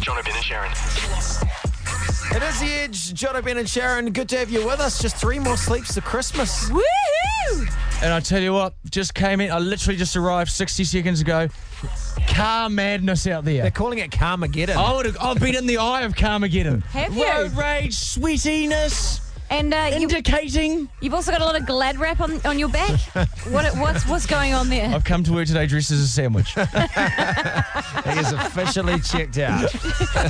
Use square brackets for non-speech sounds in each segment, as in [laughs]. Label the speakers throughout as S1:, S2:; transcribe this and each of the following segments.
S1: Jonathan and Sharon.
S2: It is the Edge, Jono, Ben, and Sharon. Good to have you with us. Just three more sleeps to Christmas.
S3: Woohoo!
S4: And I tell you what, just came in. I literally just arrived 60 seconds ago. Car madness out
S2: They're
S4: there.
S2: calling it Carmageddon.
S4: I would have, I've been in the eye of Carmageddon.
S3: Have you?
S4: Road rage, sweatiness,
S3: And uh, you,
S4: indicating.
S3: you've also got a lot of Glad wrap on, on your back. what what's what's going on there?
S4: I've come to work today dressed as a sandwich.
S2: He is officially checked [laughs] out.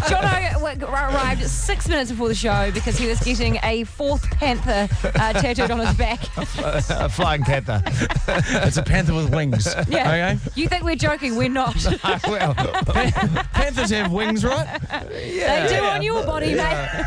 S3: Jono w- arrived six minutes before the show because he was getting a fourth panther uh, tattooed on his
S4: [laughs]
S3: back.
S2: A Uh, flying panther.
S4: it's a panther with wings.
S3: Yeah. You think we're joking? We're not.
S2: Oh, well,
S4: Okay? Panthers have wings, right?
S3: they do on your body, mate.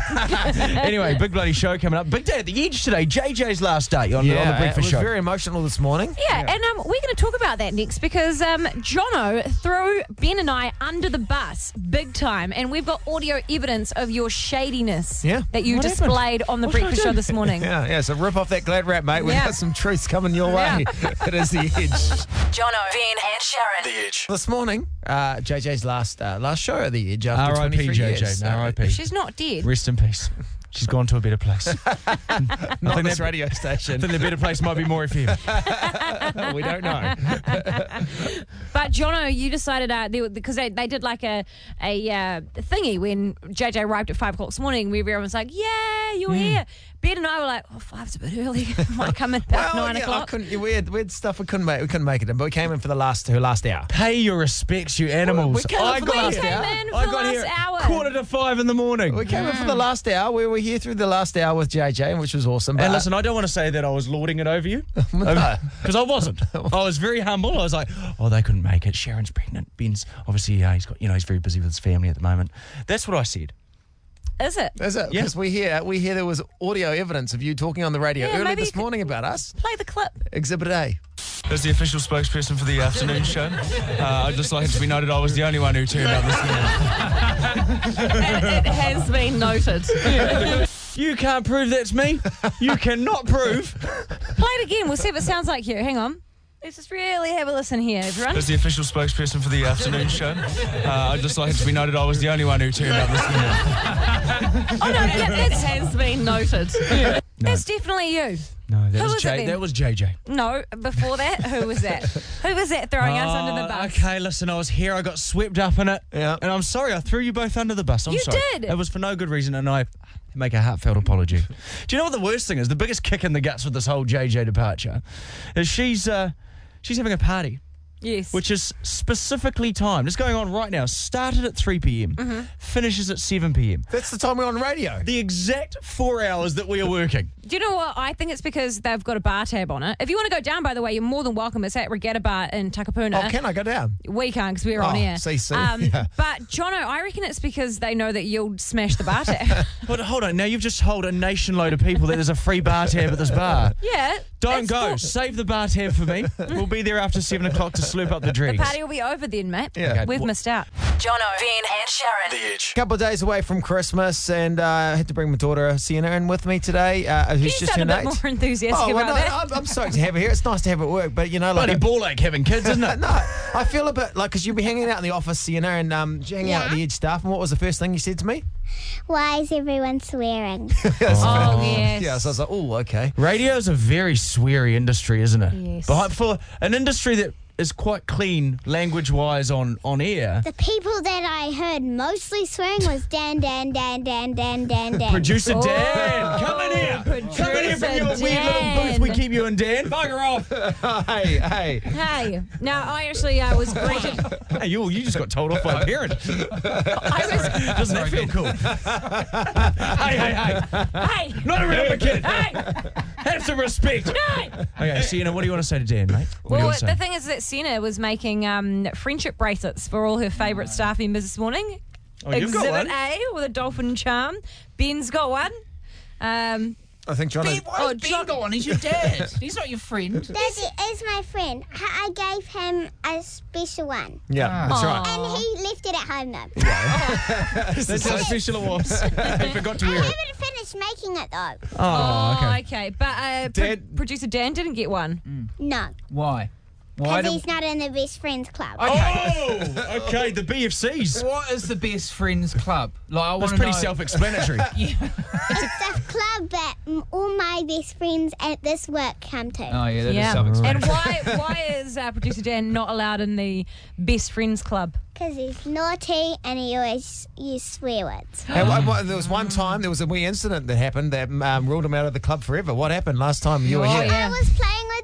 S4: Anyway, big bloody show coming up. Big day at the edge today. JJ's last day
S2: yeah,
S4: on, on the
S2: it was
S4: breakfast show.
S2: very emotional this morning.
S3: Yeah, and um, we're going to talk about that next because um, Jono threw Ben and I under the bus big time, and we've got audio evidence of your shadiness
S2: Yeah.
S3: that you
S4: What happened?
S3: displayed on the
S4: What did I
S3: breakfast
S4: do?
S3: show this morning.
S4: [laughs]
S2: Yeah, yeah. So rip off that glad wrap, mate. We've
S3: Yeah.
S2: got some truths coming your way. [laughs] it is the Edge.
S5: Jono, Ben, and Sharon.
S1: The Edge.
S2: This morning, uh, JJ's last uh, last show at the Edge after
S4: R.I.P.
S2: 23 years.
S4: JJ.
S2: So,
S4: R.I.P.
S3: She's not dead.
S4: Rest in peace. She's gone to a better place.
S2: [laughs]
S4: I
S2: Not
S4: think
S2: this
S4: that-
S2: radio station. [laughs]
S4: think the better place might be more if you.
S2: we don't know.
S3: But Jono, you decided uh, they, because they, they did like a a uh, thingy when JJ arrived at five o'clock this morning. Where everyone was like, "Yeah,
S4: Hmm.
S3: you're here." Ben and I were like, oh, five's a bit early. [laughs] Might come in about
S2: Well,
S3: nine
S2: yeah, I
S3: o'clock."
S2: couldn't. We had, we had stuff we couldn't make. We couldn't make it in, but we came in for the last her last hour.
S4: Pay your respects, you animals.
S2: We came
S4: I
S2: up
S4: got
S2: late.
S3: we
S4: here.
S3: came
S2: hour.
S3: in for
S4: I
S3: the
S4: got
S3: last
S4: here at
S3: hour.
S4: quarter to five in the morning.
S2: We came in
S3: Mm.
S2: for the last hour. We were here through the last hour with JJ, which was awesome. But
S4: And listen, I don't want to say that I was lording it
S3: [laughs]
S4: over you, because I wasn't. I was very humble. I was like, "Oh, they couldn't make it. Sharon's pregnant. Ben's obviously uh, he's got you know he's very busy with his family at the moment." That's what I said.
S3: Is it?
S2: uh, is it?
S4: Yeah.
S2: Because we hear we hear there was audio evidence of you talking on the radio
S3: Yeah,
S2: early
S3: maybe
S2: this
S3: you could-
S2: morning about us.
S3: Play the clip. [laughs]
S2: Exhibit A.
S6: As the official spokesperson for the afternoon
S4: [laughs]
S6: show, uh, I'd just like it to be noted I was the only one who turned up this morning.
S3: it, it has been noted.
S4: You can't prove that's me. you cannot prove.
S3: Play it again. We'll see if it sounds like you. Hang on. Let's just really have a listen here,
S6: [laughs]
S3: everyone.
S6: As the official spokesperson for the afternoon show, uh, I'd just like it to be noted I was the only one who turned up this morning.
S3: Oh no, that, that has been noted. That's definitely you.
S4: No, that
S3: Who
S4: was,
S3: was it
S4: J-
S3: then?
S4: that was JJ.
S3: No, before that, who was that? Who was that throwing us under the
S4: Oh,
S3: bus?
S4: Okay, listen, I was here. I got swept up in it.
S2: Yeah.
S4: And I'm sorry, I threw you both under the bus. I'm
S3: You
S4: sorry.
S3: did.
S4: It was for no good reason, and I make a heartfelt apology. Do you know what the worst thing is? The biggest kick in the guts with this whole JJ departure is she's uh, she's having a party.
S3: Yes.
S4: Which is specifically timed. It's going on right now. Started at 3 p.m.,
S3: Mm-hmm.
S4: finishes at 7 p.m.
S2: That's the time we're on radio.
S4: The exact four hours that we are working.
S3: Do you know what? I think it's because they've got a bar tab on it. If you want to go down, by the way, you're more than welcome. It's at Regatta Bar in Takapuna.
S2: Oh, can I go down?
S3: We can't because we're on
S2: Oh,
S3: air. Um,
S2: see, see, [laughs] yeah.
S3: But Jono, I reckon it's because they know that you'll smash the
S2: [laughs]
S3: bar tab. [laughs]
S4: But hold on, now you've just told a nation load of people that there's a free bar tab at this bar.
S3: yeah.
S4: Don't
S3: it's
S4: go.
S3: cool.
S4: Save the bar tab for me. [laughs] We'll be there after seven o'clock to slurp up the drinks.
S3: Party will be over then, mate.
S2: Yeah.
S3: We've
S4: Wha-
S3: missed out.
S5: Jono, Ben, and Sharon.
S1: The Edge.
S2: couple of days away from Christmas, and uh, I had to bring my daughter Sienna in with me today, uh, who's
S3: you
S2: just
S3: sound a
S2: turned
S3: bit
S2: eight.
S3: more enthusiastic
S2: oh, well,
S3: about
S2: no,
S3: that.
S2: I'm, I'm stoked to have her here. It's nice to have her at work, but you know, like.
S4: Bloody ball ache having kids, isn't it?
S2: no, I feel a bit like because you've been hanging out in the office, Sienna, and um, you're hanging out
S7: Yeah.
S2: with the Edge staff. And what was the first thing you said to me?
S7: Why is everyone swearing?
S2: [laughs]
S3: Oh, yes.
S2: Yeah, so I was like, oh, okay.
S4: Radio is a very sweary industry, isn't it?
S3: Yes.
S4: Behind, for an industry that is quite clean language-wise on on air,
S7: The people that I heard mostly swearing was Dan, Dan, Dan, Dan, Dan, Dan, Dan.
S4: producer Dan, come in here. Come in here from your
S3: Producer
S4: wee little booth.
S3: Dan.
S4: We keep you and Dan. Bugger off.
S2: hey, hey.
S3: Hey, now I actually uh, was greeted.
S2: [laughs]
S4: hey, you, you just got told off by a parent.
S3: I was.
S4: Doesn't that feel cool? [laughs] hey, hey, hey.
S3: Hey,
S4: Not around my kid.
S3: hey,
S4: Have some respect.
S3: hey.
S4: Okay, Sienna, what do you want to say to Dan, mate? What do you
S3: Well,
S4: want to
S3: the
S4: say?
S3: thing is that Senna was making um, friendship bracelets for all her favourite staff members this morning.
S4: Oh, you've got
S3: Exhibit
S4: one.
S3: A with a dolphin charm. Ben's got one. Um,
S2: I think John.
S3: oh, John,
S1: [laughs]
S7: Daddy is my friend. H- I gave him a special one.
S2: Yeah, that's right.
S7: And he left it at home though.
S4: That's how special
S3: [laughs]
S4: it was. I forgot to
S7: I
S4: wear it.
S7: haven't finished making it though.
S4: Oh,
S3: oh, okay. But uh, pro-
S2: Dan-
S3: producer Dan didn't get one.
S7: No.
S8: Why?
S4: Why
S7: Because
S4: do?
S7: he's not in the best friends club.
S4: Oh, okay. The BFCs.
S1: What is the best friends club? Like, I
S4: That's
S1: want to
S4: pretty
S1: know.
S3: [laughs]
S4: self-explanatory.
S7: It's a club that mm, all my best friends at this work come to.
S1: Oh yeah, that is
S3: Yeah. And
S1: self-explanatory.
S3: why
S4: [laughs]
S3: why is uh, producer Dan not allowed in the best friends club?
S7: Because he's naughty and he always uses swear words.
S2: Hey, wha- wha- there was one time there was a wee incident that happened that um, ruled him out of the club forever. What happened last time you were
S3: Oh,
S2: here?
S3: yeah.
S7: I was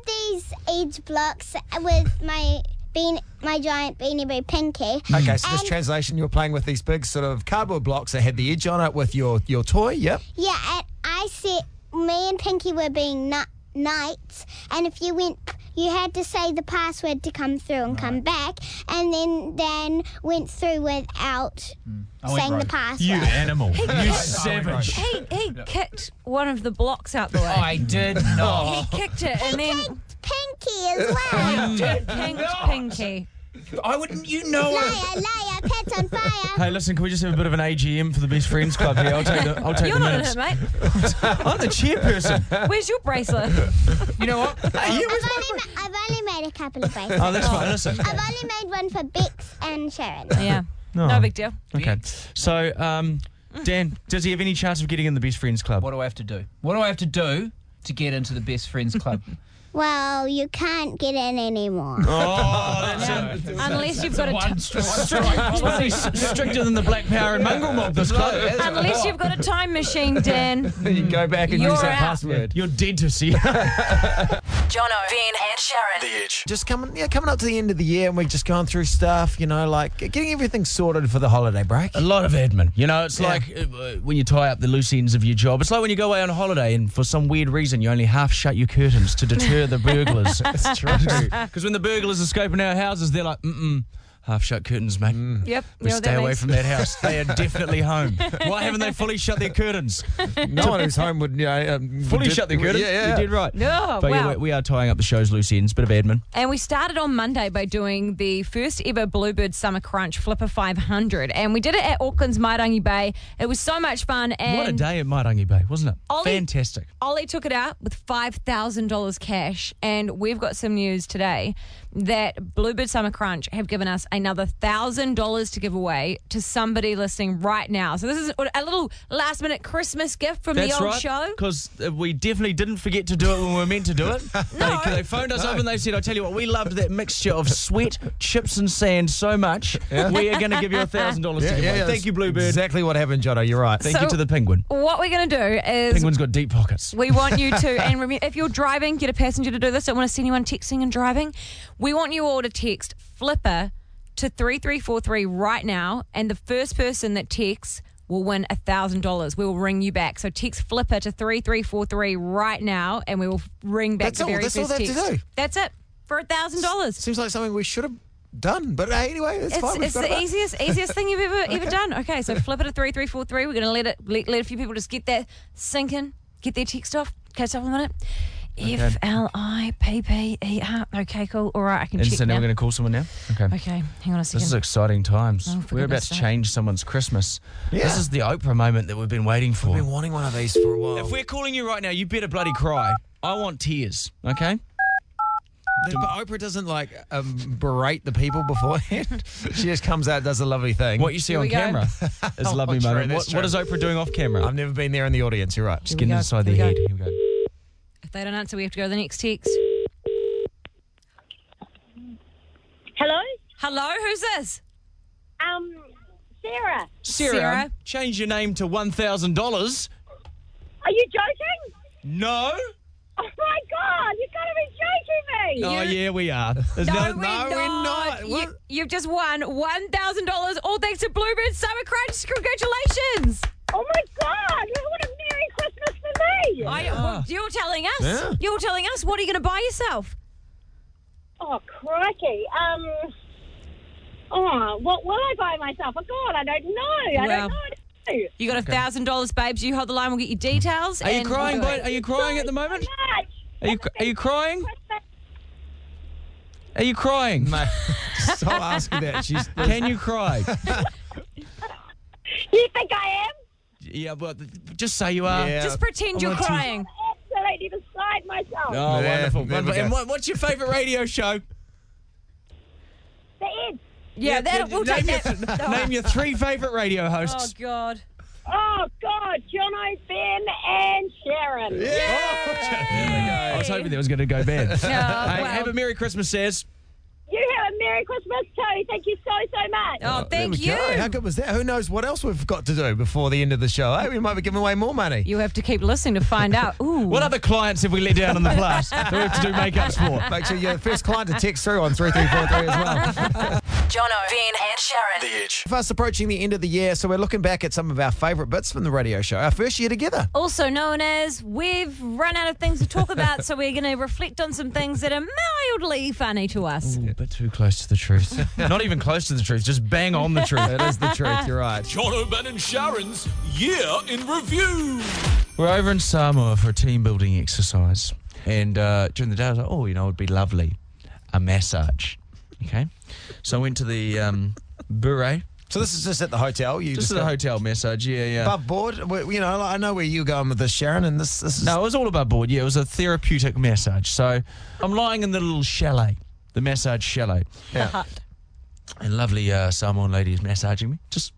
S7: playing with these edge blocks with my bean, my giant beanie boo pinky.
S2: Okay, so this
S3: Um,
S7: And-
S2: translation you were playing with these big sort of cardboard blocks that had the edge on it with your your toy. Yep.
S7: Yeah, and I said me and Pinky were being ni- knights, and if you went, you had to say the password to come through and come back, and then Dan went through without
S1: went
S7: saying the
S1: rogue.
S7: password.
S4: you animal. You savage.
S3: He he kicked one of the blocks out the way.
S1: I did not.
S4: Oh,
S3: He kicked it and
S4: [laughs]
S3: then
S7: Pinky as well.
S3: pinged Pinky.
S4: I wouldn't. You know.
S7: liar, liar, cat's on fire.
S4: Oh, Hey, listen. Can we just have a bit of an AGM for the best friends club here? I'll take the. I'll take
S3: You're
S4: the
S3: not in
S4: minutes.
S3: it, mate.
S4: [laughs] I'm the chairperson.
S3: Where's your
S4: [laughs]
S3: bracelet?
S1: You know what?
S7: I've only, ma- I've only made a couple of bracelets.
S4: Oh, that's fine. Listen.
S3: [laughs]
S7: I've only made one for Bex and Sharon.
S3: yeah. No. big deal.
S4: Oh. Okay. So, um, Dan, does he have any chance of getting in the best friends club?
S1: What do I have to do? What do I have to do to get into the best friends club?
S7: Well, you can't get in anymore.
S4: Oh,
S3: Unless you've got a t-
S4: It's probably s- stricter than the Black Power and Mongrel Mob. This club.
S3: unless you've got a time machine,
S4: [laughs]
S3: Dan.
S2: you go back and
S3: You're
S2: use that
S3: out.
S2: password.
S4: You're dead to see.
S5: Jono, Ben, and Sharon.
S2: Just coming, yeah, coming up to the end of the year, and we've just gone through stuff. You know, like getting everything sorted for the holiday break.
S4: A lot of admin. You know, it's like uh, uh, when you tie up the loose ends of your job. It's like when you go away on holiday and for some weird reason you only half shut your curtains to
S2: [laughs]
S4: deter the burglars. That's true. Because when the burglars are scoping our houses, they're like, mm mm. Half shut curtains, mate.
S2: Mm.
S3: Yep. you
S4: We
S3: know what
S4: stay
S3: that
S4: away
S3: means.
S4: from that
S3: [laughs]
S4: house. They are definitely home. Why haven't they fully shut their curtains?
S2: No one who's home would, you know, um,
S4: Fully
S2: would-
S4: shut their curtains.
S2: Yeah, yeah.
S4: You did right.
S3: Oh,
S4: But yeah,
S3: wow.
S4: we, we are tying up the show's loose ends. Bit of admin.
S3: And we started on Monday by doing the first ever Bluebird Summer Crunch Flipper 500. And we did it at Auckland's Mairangi Bay. It was so much fun. And
S4: what a day at Mairangi Bay, wasn't it?
S3: Ollie-
S4: Fantastic.
S3: Ollie took it out with $5,000 cash. And we've got some news today that Bluebird Summer Crunch have given us another $1,000 to give away to somebody listening right now. So this is a little last minute Christmas gift from the
S4: That's
S3: old
S4: right.
S3: show.
S4: Because we definitely didn't forget to do it when we were meant
S3: [laughs]
S4: to do it. no. they, they phoned us up and they said, I tell you what, we loved that mixture of sweat, chips, and sand so much. We are going to give you a $1,000
S2: Yeah,
S4: to give
S2: yeah,
S4: away.
S2: yeah,
S4: Thank you,
S2: that's
S4: Bluebird.
S2: Exactly what happened, Jono. You're right.
S4: Thank you
S3: So-
S4: to the penguin.
S3: What we're going to do is
S4: Penguin's got deep pockets.
S3: We want you
S2: [laughs]
S3: to, and remember, if you're driving, get a passenger to do this. Don't want to see anyone texting and driving. We want you all to text Flipper to 3343 right now, and the first person that texts will win $1,000. We will ring you back. So text Flipper to 3343 right now, and we will ring back
S2: That's
S3: the
S2: all-
S3: very
S2: that's all
S3: first
S2: they have
S3: text.
S2: to do.
S3: That's it for $1,000.
S2: Seems like something we should have done, but uh, anyway, it's,
S3: It's,
S2: fine. We've
S3: it's
S2: got
S3: the
S2: it.
S3: easiest easiest thing you've
S2: [laughs]
S3: ever ever done. Okay, so flip it to three three four three. We're gonna let it let, let a few people just get that sink in, get their text off. Catch up a minute. F L I P P E R. Okay, cool. All right, I can check
S4: Instantly,
S3: now.
S4: we're going to call someone now. Okay.
S3: Okay, hang on a
S4: This is
S3: second.
S4: exciting times.
S3: Oh, for
S4: We're about
S3: goodness
S4: to
S3: sake.
S4: change someone's Christmas.
S2: Yeah.
S4: This is the Oprah moment that we've been waiting for.
S2: I've been wanting one of these for a while.
S4: If we're calling you right now, you better bloody
S3: Oh.
S4: cry. I want tears, okay?
S2: But Oprah doesn't like um, berate the people beforehand. [laughs] she just comes out, does a lovely thing.
S4: What you see
S3: Here
S4: on
S3: we go.
S4: camera
S3: [laughs]
S4: is a lovely
S2: Oh, true,
S4: moment.
S2: that's
S4: What, what
S2: true.
S4: is Oprah doing off camera?
S2: I've never been there in the audience. You're right.
S4: Skin
S3: go,
S4: inside
S3: here
S4: the
S3: we go.
S4: head. Here we go.
S3: If they don't answer, we have to go to the next text.
S8: Hello?
S3: Hello, who's this?
S8: Um, Sarah,
S4: Sarah,
S3: Sarah.
S4: change your name to one thousand dollars.
S8: are you joking?
S4: No.
S8: Oh my god, you gotta be joking me!
S4: oh yeah, we are. There's
S2: no, we're not. What?
S3: You, have just won one thousand dollars, all thanks to Bluebird Summer Crunch. Congratulations!
S8: Oh my god, what a Merry Christmas for me!
S3: I, well, you're telling us.
S2: Yeah.
S3: You're telling us. What are you going to buy yourself?
S8: Oh crikey, um, oh, what will I buy myself? Oh god, I don't know, I
S3: Well.
S8: don't know. I don't know.
S3: You got a thousand dollars, babes. You hold the line. We'll get your details.
S4: Are you
S3: and
S4: crying?
S3: we'll do
S4: But
S3: it.
S4: are you crying at the moment?
S8: Much.
S4: Are you are you crying? Are you crying?
S2: Mate,
S3: [laughs]
S2: stop asking that. She's
S4: Can you cry? [laughs]
S8: You think I am?
S4: yeah, but just say you are.
S2: Yeah.
S3: Uh, Just pretend you're crying.
S8: Absolutely beside myself.
S4: Oh,
S2: There,
S4: wonderful.
S2: there we
S4: wonderful.
S2: go.
S3: [laughs]
S4: And what, what's your favourite radio show?
S3: Yeah, that, we'll take
S4: name
S3: that.
S4: Your, name your three favourite radio [laughs]
S3: Oh,
S4: hosts.
S3: God.
S8: Oh, God, Jono, Ben, and Sharon.
S4: I was hoping that was going to go
S3: [laughs]
S4: bad. hey,
S3: well.
S4: Have a Merry Christmas, says.
S8: You have a Merry Christmas too. Thank you so, so much.
S3: Oh,
S2: There
S3: thank
S2: we
S3: you.
S2: go. How good was that? Who knows what else we've got to do before the end of the show? eh? we might be giving away more money.
S3: You have to keep listening to find out. Ooh.
S4: What other clients have we let down in the past that we have to do makeups for?
S2: Make sure you're the first client to text through on
S5: [laughs]
S2: 3343 as well.
S5: Jono, Ben, and Sharon.
S6: The Edge.
S2: Fast approaching the end of the year, so we're looking back at some of our favourite bits from the radio show. Our first year together.
S3: also known as we've run out of things to talk about, so we're going to reflect on some things that are mildly funny to us.
S4: A bit too close to the truth. [laughs] Not even close to the truth, just bang on the truth.
S2: That is the truth, you're right.
S9: Jono, Ben, and Sharon's Year in Review.
S4: We're over in Samoa for a team building exercise. And uh, during the day, I was like, oh, you know, it'd be lovely a massage. Okay. So I went to the um, bureau.
S2: So this is just at the hotel. You
S4: Just at the
S2: got-
S4: hotel massage. Yeah, yeah.
S2: Above board, We- you know, like, I know where you're going with this, Sharon, and this, this is
S4: No, it was all above board. Yeah, it was a therapeutic massage. So I'm lying in the little chalet, the massage chalet.
S2: Yeah.
S4: And lovely uh, Samoan lady is massaging me, just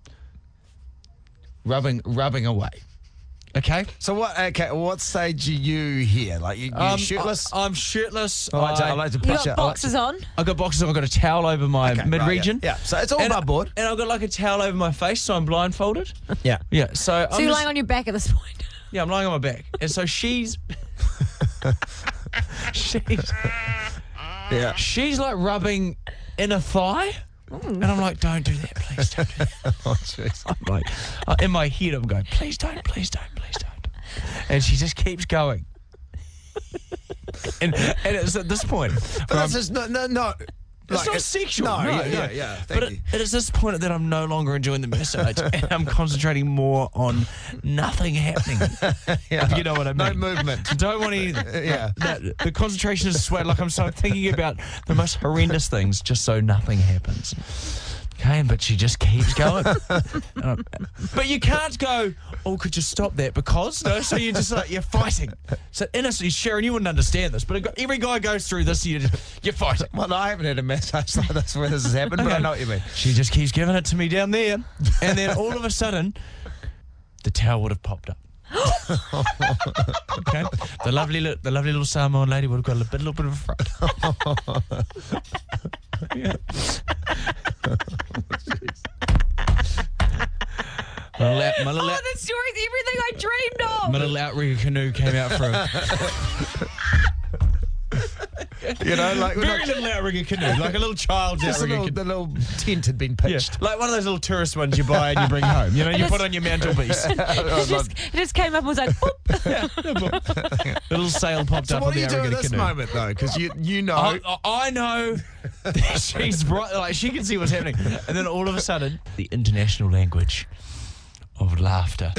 S4: rubbing, rubbing away. Okay.
S2: So what? Okay, what stage are you here? Like you, you
S4: Um,
S2: shirtless?
S4: I, am shirtless.
S2: I, like to, I like to
S3: You
S2: push
S3: got
S2: it.
S3: boxes on.
S4: I've got boxes. on, I've got a towel over my
S2: Okay, right,
S4: mid-region.
S2: yeah, yeah. So it's all
S4: and,
S2: above [laughs] board.
S4: And I've got like a towel over my face, so I'm
S2: [laughs]
S4: blindfolded.
S2: Yeah.
S4: Yeah. So,
S3: So
S4: I'm
S3: you're
S4: just-
S3: lying on your back at this point.
S4: Yeah, I'm lying on my back. And
S2: [laughs]
S4: so she's. she's.
S2: Yeah.
S4: She's like rubbing in a thigh.
S3: Mm.
S4: And I'm like, don't do that, please don't do that.
S2: Oh, jeez.
S4: I'm like, uh, in my head, I'm going, please don't, please don't, please don't. And she just keeps going. and, and it's at this point.
S2: But this is no, no, no.
S4: It's not sexual.
S2: No,
S4: no,
S2: yeah,
S4: no.
S2: yeah, yeah. Thank
S4: but
S2: you.
S4: It, it is this point that I'm no longer enjoying
S2: [laughs]
S4: the massage and I'm concentrating more on nothing happening.
S2: [laughs] Yeah.
S4: You know what I
S2: No
S4: mean.
S2: movement.
S4: Don't want to.
S2: [laughs] yeah.
S4: That, the concentration is swayed. Like I'm so thinking about the most horrendous things, just so nothing happens. Okay, but she just keeps going. And I'm- but you can't go. Oh, could you stop that? Because no. So you're just like you're fighting. So innocently, Sharon, you wouldn't understand this, but every guy goes through this. You just, you're fighting.
S2: Well, I haven't had a massage like this where this has happened, but I
S4: Okay.
S2: know what you mean.
S4: She just keeps giving it to me down there. And then all of a sudden, the towel would
S2: [laughs]
S4: have popped up. okay. The lovely, li- the lovely little Samoan lady would have got a little bit, little bit of a fright.
S2: [laughs]
S4: Yeah. my little, out-
S3: [laughs]
S4: my little, out-
S3: Oh, the story's everything I dreamed of.
S4: my little outrigger canoe came out for a
S2: You know, like we're
S4: very
S2: not,
S4: little outrigger canoe, like a little child's
S2: just a
S4: outrigger
S2: little,
S4: canoe.
S2: the little tent had been pitched. [laughs]
S4: Yeah, like one of those little tourist ones you buy and you bring home. You know, you
S3: Just-
S4: put on your mantelpiece.
S3: it, just, it just came up and was like, [laughs] boop.
S4: little sail popped
S2: So
S4: up
S2: what
S4: on
S2: do
S4: the
S2: you do at
S4: Arrogant
S2: this
S4: canoe.
S2: moment though? Because you you know.
S4: I, I- I know that [laughs] she's right. Like she can see what's happening, and then all of a sudden, the international language of laughter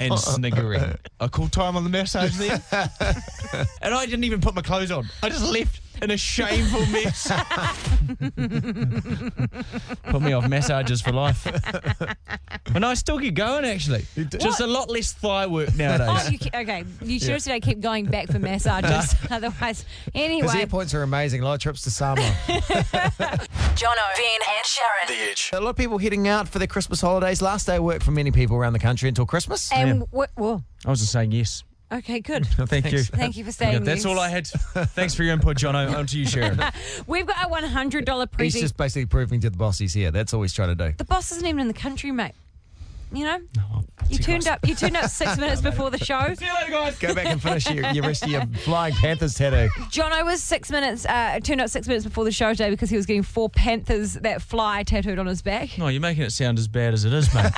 S4: and sniggering. I called time on the massage
S2: [laughs]
S4: there, and I didn't even put my clothes on. I just left in a
S2: [laughs]
S4: shameful mess. put me off massages for life. And I still get going actually. Just a lot less
S2: [laughs]
S4: thigh work
S3: Oh,
S4: nowadays.
S3: you, ke- okay, you should have said I keep going back for
S4: [laughs]
S3: massages. [laughs] Otherwise,
S2: his
S3: anyway.
S2: airpoints are amazing. A lot of trips to Samoa.
S5: Jono, Ben, and Sharon.
S6: The Edge.
S2: [laughs] a lot of people heading out for their Christmas holidays. Last day of work for many people around the country until Christmas.
S3: And wh- whoa,
S4: I was just saying yes.
S3: okay, good.
S4: [laughs] Thank you.
S3: Thank you for saying
S4: Yeah, that's
S3: yes.
S4: all I had. Thanks for your input, Jono. On to you, Sharon.
S3: We've got our $100
S2: He's
S3: preview.
S2: just basically proving to the boss he's here. That's all he's trying to do.
S3: the boss isn't even in the country, mate. You know? you turned up you turned up
S4: [laughs]
S3: six minutes before the show.
S2: Go back and finish your, your rest of [laughs] your Flying Panthers tattoo.
S3: Jono was six minutes uh, turned up six minutes before the show today because he was getting four panthers that fly tattooed on his back.
S4: [laughs] No, you're making it sound as bad as it is, mate.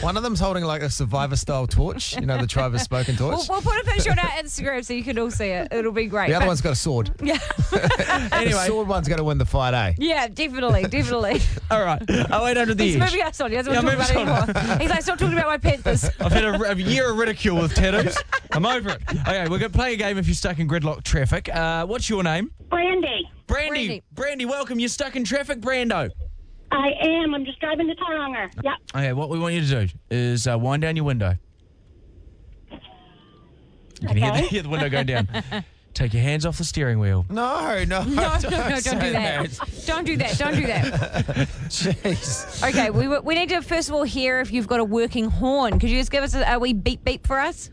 S2: One of them's holding like a survivor style torch. You know, the tribe has spoken torch.
S3: We'll, we'll put a picture on our Instagram so you can all see it. It'll be great.
S2: the other
S3: But-
S2: one's got a [laughs] sword.
S3: yeah,
S2: The sword one's going to win the fight, eh?
S3: yeah, definitely,
S4: [laughs]
S3: definitely.
S4: [laughs] All right. Oh, wait under the
S3: He's
S4: edge.
S3: moving us on. He doesn't
S4: Yeah,
S3: want to talk
S4: moving
S3: about it anymore. He's like, stop talking about my [laughs] panthers.
S4: I've had a, a year of ridicule with tattoos. I'm over it. Okay, we're going to play a game if you're stuck in gridlock traffic. Uh, what's your name?
S8: Brandy,
S4: Brandy. Brandy.
S3: Brandy.
S4: welcome. You're stuck in traffic, Brando.
S8: I am. I'm just driving to Taronga. Yep.
S4: Okay, what we want you to do is uh, wind down your window. You can hear the, hear the window going down. Take your hands off the steering wheel.
S2: [laughs] No, no,
S3: No,
S2: don't,
S3: no, no, don't
S2: say
S3: do that. Don't do that. Don't do that.
S2: Jeez.
S3: Okay, we, we need to first of all hear if you've got a working horn. Could you just give us a, a wee beep beep for us?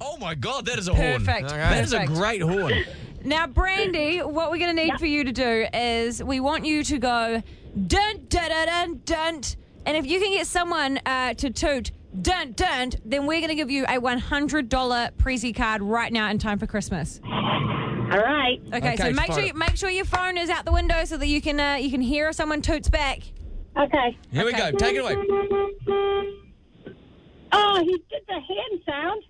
S4: Oh my God, that is a horn.
S3: Perfect.
S2: Okay.
S4: That is a
S3: Perfect.
S4: great horn.
S3: Now, Brandy, what we're going to need for you to do is we want you to go dun dun dun dun dun, and if you can get someone uh, to toot dun dun, then we're going to give you a one hundred dollar Prezi card right now in time for Christmas.
S8: All right.
S3: Okay, so
S4: Okay,
S3: make sure
S4: fine.
S3: you, make sure your phone is out the window so that you can uh, you can hear someone toots back.
S8: Okay.
S4: Here we go. Take it away.
S8: Oh, he did the hand sound.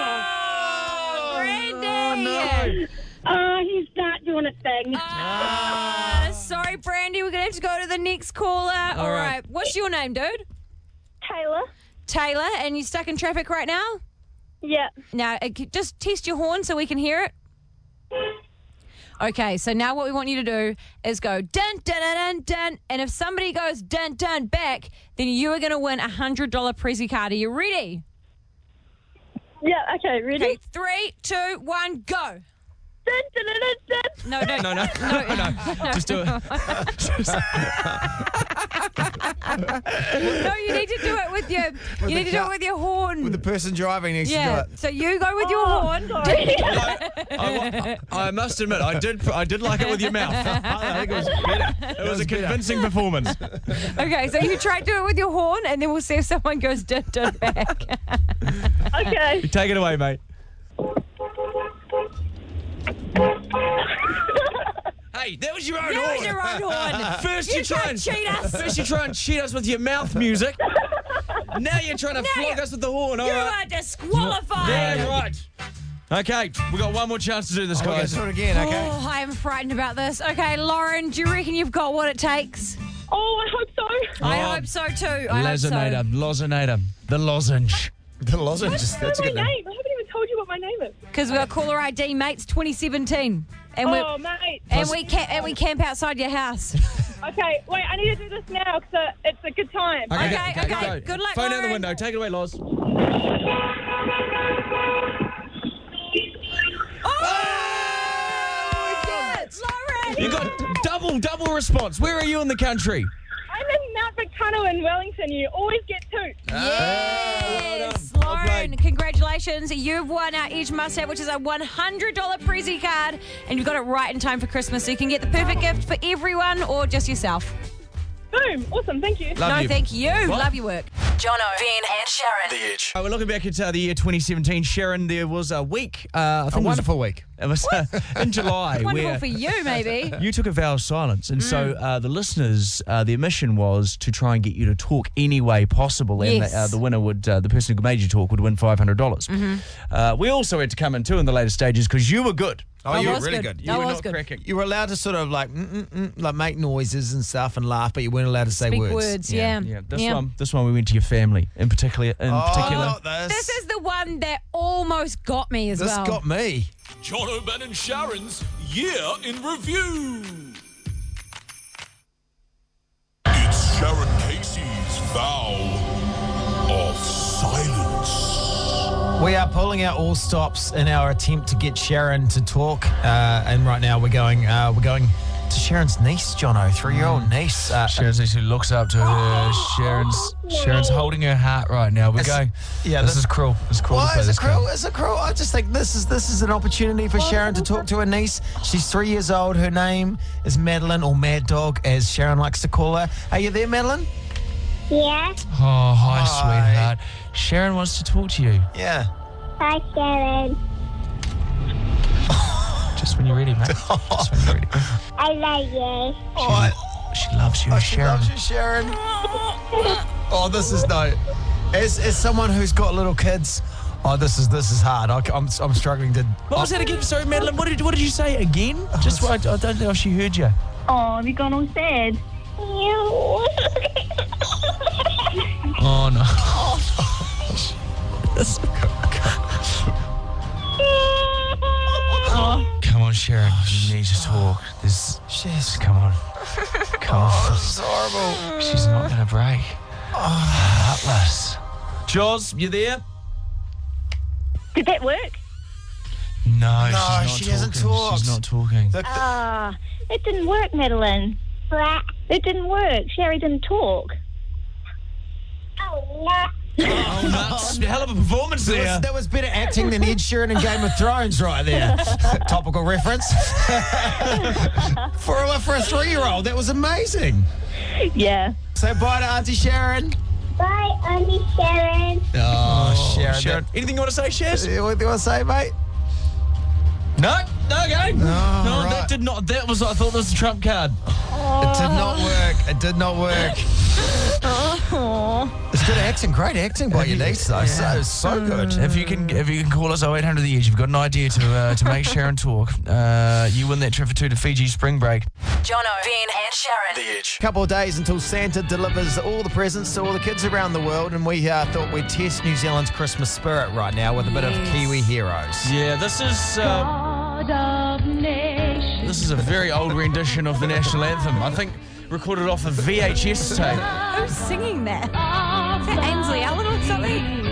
S3: Oh, Brandy!
S8: Oh, he's not doing a thing.
S3: Ah, sorry, Brandy. We're gonna have to go to the next caller. All right.
S4: right.
S3: What's your name, dude?
S8: Taylor.
S3: Taylor, and you stuck in traffic right now.
S8: Yeah.
S3: Now, uh, c- just test your horn so we can hear it. Okay, so now what we want you to do is go dun dun dun dun dun, and if somebody goes dun dun back, then you are going to win a hundred dollar Prezi card. Are you ready?
S8: Yeah. Okay. Ready?
S3: Okay, three, two, one, go.
S8: Dun, dun, dun, dun, dun.
S3: No, no,
S4: No, no, no, no. [laughs] Just do it.
S3: no. You need to do it with your. you need to do it
S2: cu-
S3: with your horn.
S2: The person driving needs
S3: yeah.
S2: to do it.
S3: So you go with your
S8: Oh,
S3: horn.
S8: [laughs] sorry.
S4: I, wa- I must admit, I did. I did like it with your mouth. [laughs] I think it was better. It was, a convincing [laughs] performance.
S3: Okay, so you try to do it with your horn, and then we'll see if someone goes dun dun back.
S8: Okay.
S4: Take it away, mate. hey, that was your own
S3: That
S4: horn.
S3: was your
S4: [laughs]
S3: own horn.
S4: First you,
S3: You
S4: try
S3: can't
S4: and
S3: cheat us.
S4: First you try and cheat us with your mouth music. now you're trying to flog
S3: you-
S4: us with the horn. All
S3: You
S4: right.
S3: are disqualified.
S4: Yeah, right. Okay, we got one more chance to do this,
S2: We're going to
S4: guys.
S2: do it again, okay? [gasps]
S3: Oh, I am frightened about this. Okay, Lauren, do you reckon you've got what it takes?
S8: Oh, I hope
S3: [laughs]
S8: so.
S3: I
S4: Oh,
S3: hope so too. I hope so.
S4: Lozinator, Lozinator, the lozenge.
S2: The lozenge. is- That's a
S8: my
S2: good
S8: name.
S2: name.
S8: I haven't even told you what my name is.
S3: Because we're caller ID mates 2017, and we
S8: oh, mate.
S3: and we ca- and we camp outside your house.
S8: Okay. Wait. I need to do this now because it's a good time.
S3: Okay, okay, good luck,
S4: Phone out the
S3: Lauren.
S4: window. Take it away, Loz.
S3: It's Lauren.
S4: You got double, double response. Where are you in the country?
S8: I'm in Mount McConnell in Wellington. You always get two.
S3: Yes,
S4: well done. Well
S3: Lauren,
S4: played.
S3: congratulations. You've won our Edge Mustang, which is a $100 Prezi card, and you got it right in time for Christmas. So you can get the perfect gift for everyone or just yourself.
S8: Boom. Awesome. Thank you.
S2: Love
S3: no,
S2: you.
S3: thank you. Love your work.
S5: Jono, Vin, and Sharon.
S4: Uh, we're looking back at uh, the year 2017. Sharon, there was a week. Uh, I
S2: A
S4: think it was-
S2: wonderful week.
S4: It was uh, in
S3: [laughs]
S4: July.
S3: Wonderful
S4: where
S3: for
S4: [laughs]
S3: you, Mm. maybe.
S4: You took a vow of silence, and so uh, the listeners, uh, their mission was to try and get you to talk any way possible, and
S3: Yes.
S4: the, uh, the winner would, uh, the person who made you talk, would win five hundred dollars.
S3: Mm-hmm.
S4: Uh, we also had to come in too in the later stages because you were good.
S2: Oh,
S3: That
S2: you were
S3: was
S2: really
S3: good.
S2: good.
S3: That
S2: You,
S3: was
S2: not
S3: good.
S4: cracking.
S2: you were allowed to sort of like, mm, mm, mm, like make noises and stuff and laugh, but you weren't allowed to say
S3: Big
S2: words.
S3: words. yeah.
S4: Yeah, this one, this one, we went to your family in particular. In
S2: Oh,
S4: particular,
S2: not this.
S3: This is the one that almost got me as
S2: This
S3: well.
S2: got me.
S9: Jono, Ben, and Sharon's Year in Review. It's Sharon Casey's Vow of Silence.
S2: We are pulling out all stops in our attempt to get Sharon to talk, uh, and right now we're going. Uh, we're going to Sharon's niece, Jono, three-year-old niece. Uh,
S6: Sharon's actually looks up to her. Sharon's Sharon's holding her heart right now. We're
S2: It's-
S6: going.
S2: yeah,
S6: this
S2: this-
S6: is cruel. It's cruel. to
S2: Why
S6: play
S2: is it
S6: this game.
S2: cruel? Is it cruel? I just think this is this is an opportunity for Sharon to talk to her niece. She's three years old. Her name is Madeline, or Mad Dog, as Sharon likes to call her. Are you there, Madeline?
S7: Yeah.
S6: Oh, hi,
S2: Hi.
S6: sweetheart. Sharon wants to talk to you.
S2: Yeah.
S7: Hi, Sharon.
S6: Just when you're ready,
S2: [laughs]
S6: mate. Just when you're ready.
S7: I love you.
S2: Oh, I-
S6: She loves you,
S2: oh, she
S6: Sharon.
S2: loves you, Sharon. Oh, this is no. As as someone who's got little kids, oh, this is this is hard. I, am I'm struggling to.
S4: what was that again? Sorry, Madeline. What did what did you say again?
S2: Oh,
S4: Just I, I don't know if she heard you.
S8: Oh, have you gone all [laughs] sad?
S6: Oh no.
S2: Oh.
S6: Come on, Sharon. You need to talk. This.
S2: She's
S6: Come on. Come on.
S2: [laughs] horrible. Oh.
S6: She's not gonna break. Heartless.
S4: Jaws, you there?
S8: Did that work?
S6: No, she's
S2: No,
S6: not
S2: she
S6: talking.
S2: hasn't talked.
S6: She's not talking.
S2: The- the-
S8: Ah, it didn't work, Madeline.
S7: What?
S8: It didn't work. Sherry didn't talk.
S7: Oh, no.
S4: Oh, nuts. Hell of a performance
S2: that,
S4: there.
S2: was, that was better acting than Ed Sheeran in Game of Thrones
S6: [laughs]
S2: right there. Topical reference. [laughs] for, a, for a three-year-old, that was amazing.
S8: Yeah.
S2: Say bye to Auntie Sharon.
S7: Bye, Auntie Sharon.
S2: Oh, Sharon.
S4: Sharon, anything you want to say, Shaz?
S2: that- What do you want to say, mate?
S4: No, no, okay. No,
S2: right.
S4: that did not. That was. I thought that was a trump card.
S2: It did not work. It did not work. It's good acting, great acting by your niece, though. So, so good.
S4: If you can, if you can call us 0800 the edge, you've got an idea to uh, to make Sharon talk. Uh, you win that trip for two to Fiji spring break.
S5: Jono, Ben, and Sharon.
S2: couple of days until Santa delivers all the presents to all the kids around the world, and we uh, thought we'd test New Zealand's Christmas spirit right now with a bit of Kiwi heroes.
S4: Yeah, this is. Uh, this is a very old rendition of the national anthem. I think recorded off a VHS tape.
S3: Who's singing that? Is that Ainsley Allen or something?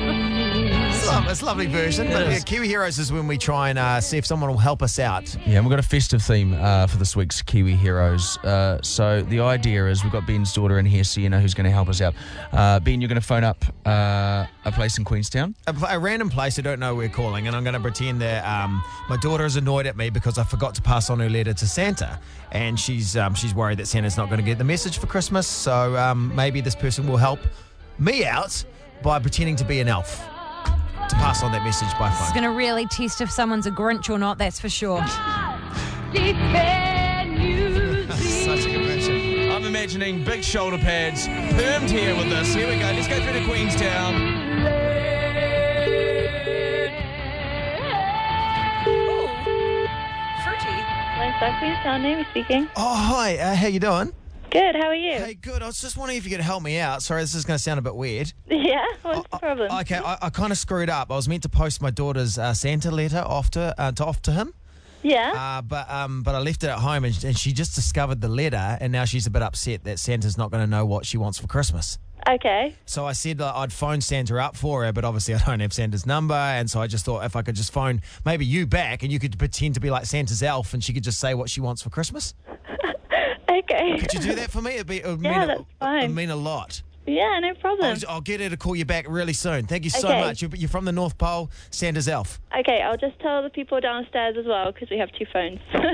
S2: It's, lo- it's a lovely version, but
S4: It
S2: yeah,
S4: is.
S2: Kiwi heroes is when we try and uh, see if someone will help us out.
S4: Yeah, and we've got a festive theme uh, for this week's Kiwi Heroes. Uh, so the idea is we've got Ben's daughter in here, Sienna, who's going to help us out. Uh, ben, you're going to phone up uh, a place in Queenstown.
S2: A, pl- a random place I don't know we're calling, and I'm going to pretend that um, my daughter is annoyed at me because I forgot to pass on her letter to Santa, and she's um, she's worried that Santa's not going to get the message for Christmas. So um, maybe this person will help me out by pretending to be an elf to pass on that message by
S3: It's
S2: phone.
S3: going to really test if someone's a Grinch or not, that's for sure.
S2: Such a good version.
S4: I'm imagining big shoulder pads, permed here with this. Here we go. Let's go through to Queenstown.
S8: Hello, Queenstown Navy speaking.
S2: Oh hi, uh, how you doing?
S8: Good, how are you?
S2: Hey, good. I was just wondering if you could help me out. Sorry, this is going to sound a bit weird.
S8: [laughs] Yeah, what's the problem?
S2: Okay, Oh, I, I kind of screwed up. I was meant to post my daughter's uh, Santa letter off to, uh, to off to him.
S8: yeah?
S2: Uh, but um, but I left it at home, and, and she just discovered the letter, and now she's a bit upset that Santa's not going to know what she wants for Christmas.
S8: okay.
S2: So I said that I'd phone Santa up for her, but obviously [laughs] I don't have Santa's number, and so I just thought if I could just phone maybe you back, and you could pretend to be like Santa's elf, and she could just say what she wants for Christmas.
S8: Okay.
S2: Could you Um, do that for me? It'd be it would
S8: [laughs] Yeah,
S2: mean a,
S8: that's [laughs] fine.
S2: It'd mean a lot.
S8: Yeah, no problem.
S2: I'll, I'll get her to call you back really soon. Thank you so
S8: Okay.
S2: much. You're, you're from the North Pole, Santa's elf.
S8: Okay, I'll just tell the people downstairs as well because we have two phones. [laughs]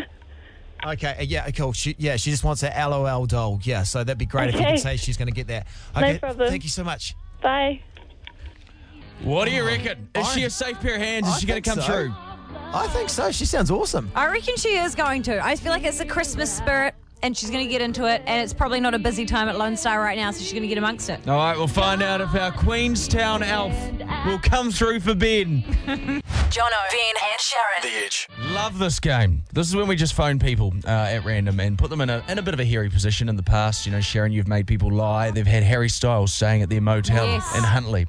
S2: Okay, uh, yeah, cool. She, yeah, she just wants a LOL doll. Yeah, so that'd be great if you
S8: Okay.
S2: could say she's going to get that.
S8: No problem.
S2: Thank you so much.
S8: Bye.
S4: What do you reckon? Is she a safe pair of hands? Is
S2: I
S4: she going to
S2: think
S4: come
S2: so.
S4: through?
S2: I think so. She sounds awesome.
S3: I reckon she is going to. I feel like it's a Christmas spirit and she's going to get into it, and it's probably not a busy time at Lone Star right now, so she's going to get amongst it.
S4: All right, we'll find out if our Queenstown elf will come through for Ben.
S5: Jono, Ben, and Sharon.
S4: Love this game. This is when we just phone people uh, at random and put them in a, in a bit of a hairy position in the past. You know, Sharon, you've made people lie. They've had Harry Styles staying at their motel
S3: Yes.
S4: in Huntley.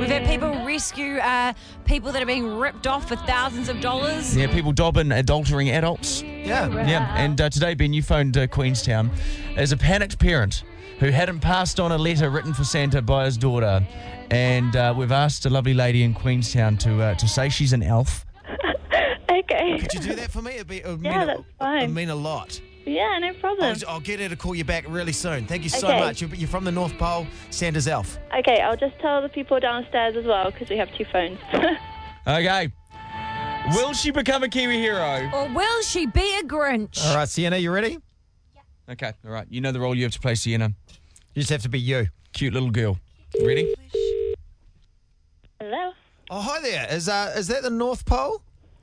S3: We've had people rescue uh, people that are being ripped off for thousands of dollars.
S4: Yeah, people dobbing adultering adults.
S2: Yeah.
S4: Yeah, and uh, today, Ben, you phoned uh, Queenstown as a panicked parent who hadn't passed on a letter written for Santa by his daughter. And uh, we've asked a lovely lady in Queenstown to uh, to say she's an elf.
S8: Okay.
S2: Could you do that for me? It'd be, it'd
S8: Yeah,
S2: mean
S8: that's
S2: a,
S8: fine.
S2: It'd mean a lot.
S8: Yeah, no
S2: I'll,
S8: problem.
S2: I'll get her to call you back really soon. Thank you so
S8: Okay.
S2: much. You're, you're from the North Pole, Santa's elf.
S8: Okay, I'll just tell the people downstairs as well because we have two phones. [laughs]
S4: Okay. Will she become a Kiwi hero?
S3: Or will she be a Grinch?
S2: All right, Sienna, you ready? You
S4: Okay, all right. You know the role you have to play, Sienna.
S2: just have to be you.
S4: Cute little girl. Ready?
S8: Hello.
S2: Oh, hi there. Is uh, is that the North Pole?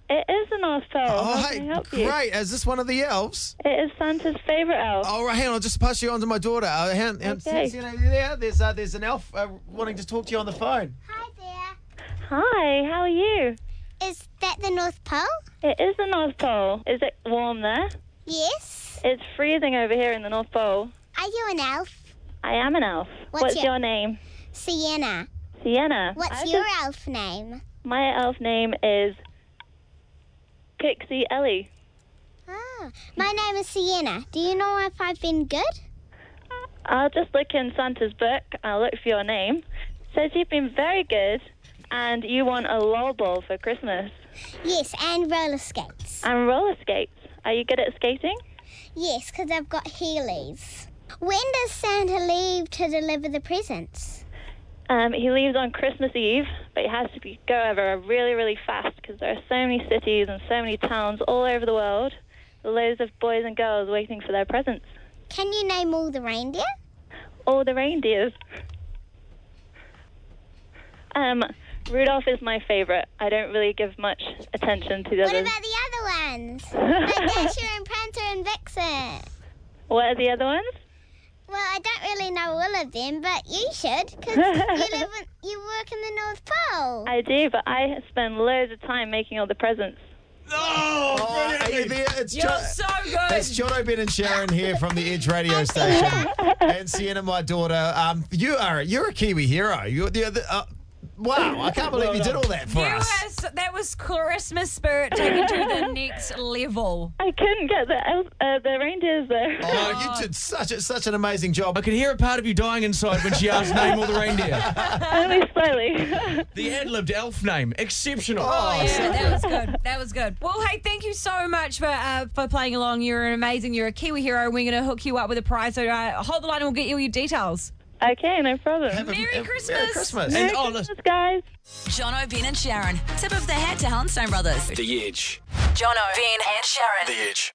S8: It is an elf phone.
S2: Oh,
S8: How
S2: hey,
S8: can I help you?
S2: great. Is this one of the elves?
S8: It is Santa's favorite elf.
S2: All Oh, right, hang on. I'll just pass you on to my daughter. Uh, hang, hang,
S8: Okay.
S2: Sienna, you there? There's uh, there's an elf uh, wanting to talk to you on the phone.
S7: Hi there.
S8: Hi, how are you?
S7: Is that the North Pole?
S8: It is the North Pole. Is it warm there?
S7: Yes.
S8: It's freezing over here in the North Pole.
S7: Are you an elf?
S8: I am an elf.
S7: What's your-
S8: your, name?
S7: Sienna.
S8: Sienna.
S7: What's
S8: I've
S7: your
S8: just-
S7: elf name?
S8: My elf name is Pixie Ellie.
S7: Ah, my name is Sienna. Do you know if I've been good?
S8: I'll just look in Santa's book. I'll look for your name. Says you've been very good and you want a lolball for Christmas
S7: Yes, and roller skates.
S8: and roller skates. Are you good at skating?
S7: Yes, because I've got Heelys. When does Santa leave to deliver the presents?
S8: Um, he leaves on Christmas Eve, but he has to be, go over really, really fast because there are so many cities and so many towns all over the world. Loads of boys and girls waiting for their presents.
S7: Can you name all the reindeer?
S8: All the reindeers. Um, Rudolph is my favourite. I don't really give much attention to the
S7: What
S8: others.
S7: about the other ones? like Dasher and Prancer and Vixen.
S8: What are the other ones?
S7: Well, I don't really know all of them, but you should, because you live in, you work in the North Pole.
S8: I do, but I spend loads of time making all the presents.
S2: Oh, are you there? It's
S3: You're
S2: John.
S3: so good.
S2: It's John O'Ben and Sharon here from the Edge
S3: [laughs]
S2: Radio Station, and Sienna, my daughter. Um, you are you're a Kiwi hero. You're the, the uh, wow! I can't believe you did all that for
S3: You
S2: us.
S3: was, that was Christmas spirit taken to the [laughs] next level.
S8: I couldn't get the elf, uh, the reindeers though.
S2: Oh, you did such a, such an amazing job.
S4: I could hear a part of you dying inside when she [laughs] asked name all the reindeer.
S2: Oh.
S8: [laughs] Only slowly.
S4: The ad-libbed elf name, exceptional.
S3: Oh, yeah, that was good. That was good. Well, hey, thank you so much for uh, for playing along. You're an amazing. You're a Kiwi hero. We're going to hook you up with a prize. So uh, hold the line and we'll get you all your details.
S8: okay, no problem.
S2: Have a-
S3: Merry
S2: have- Merry
S3: Christmas.
S2: Christmas.
S4: And oh, listen,
S8: guys.
S10: John O'Bin and Sharon. Tip of the hat to Hunstone Brothers.
S5: The Edge.
S10: John O'Bin and Sharon.
S5: The Edge.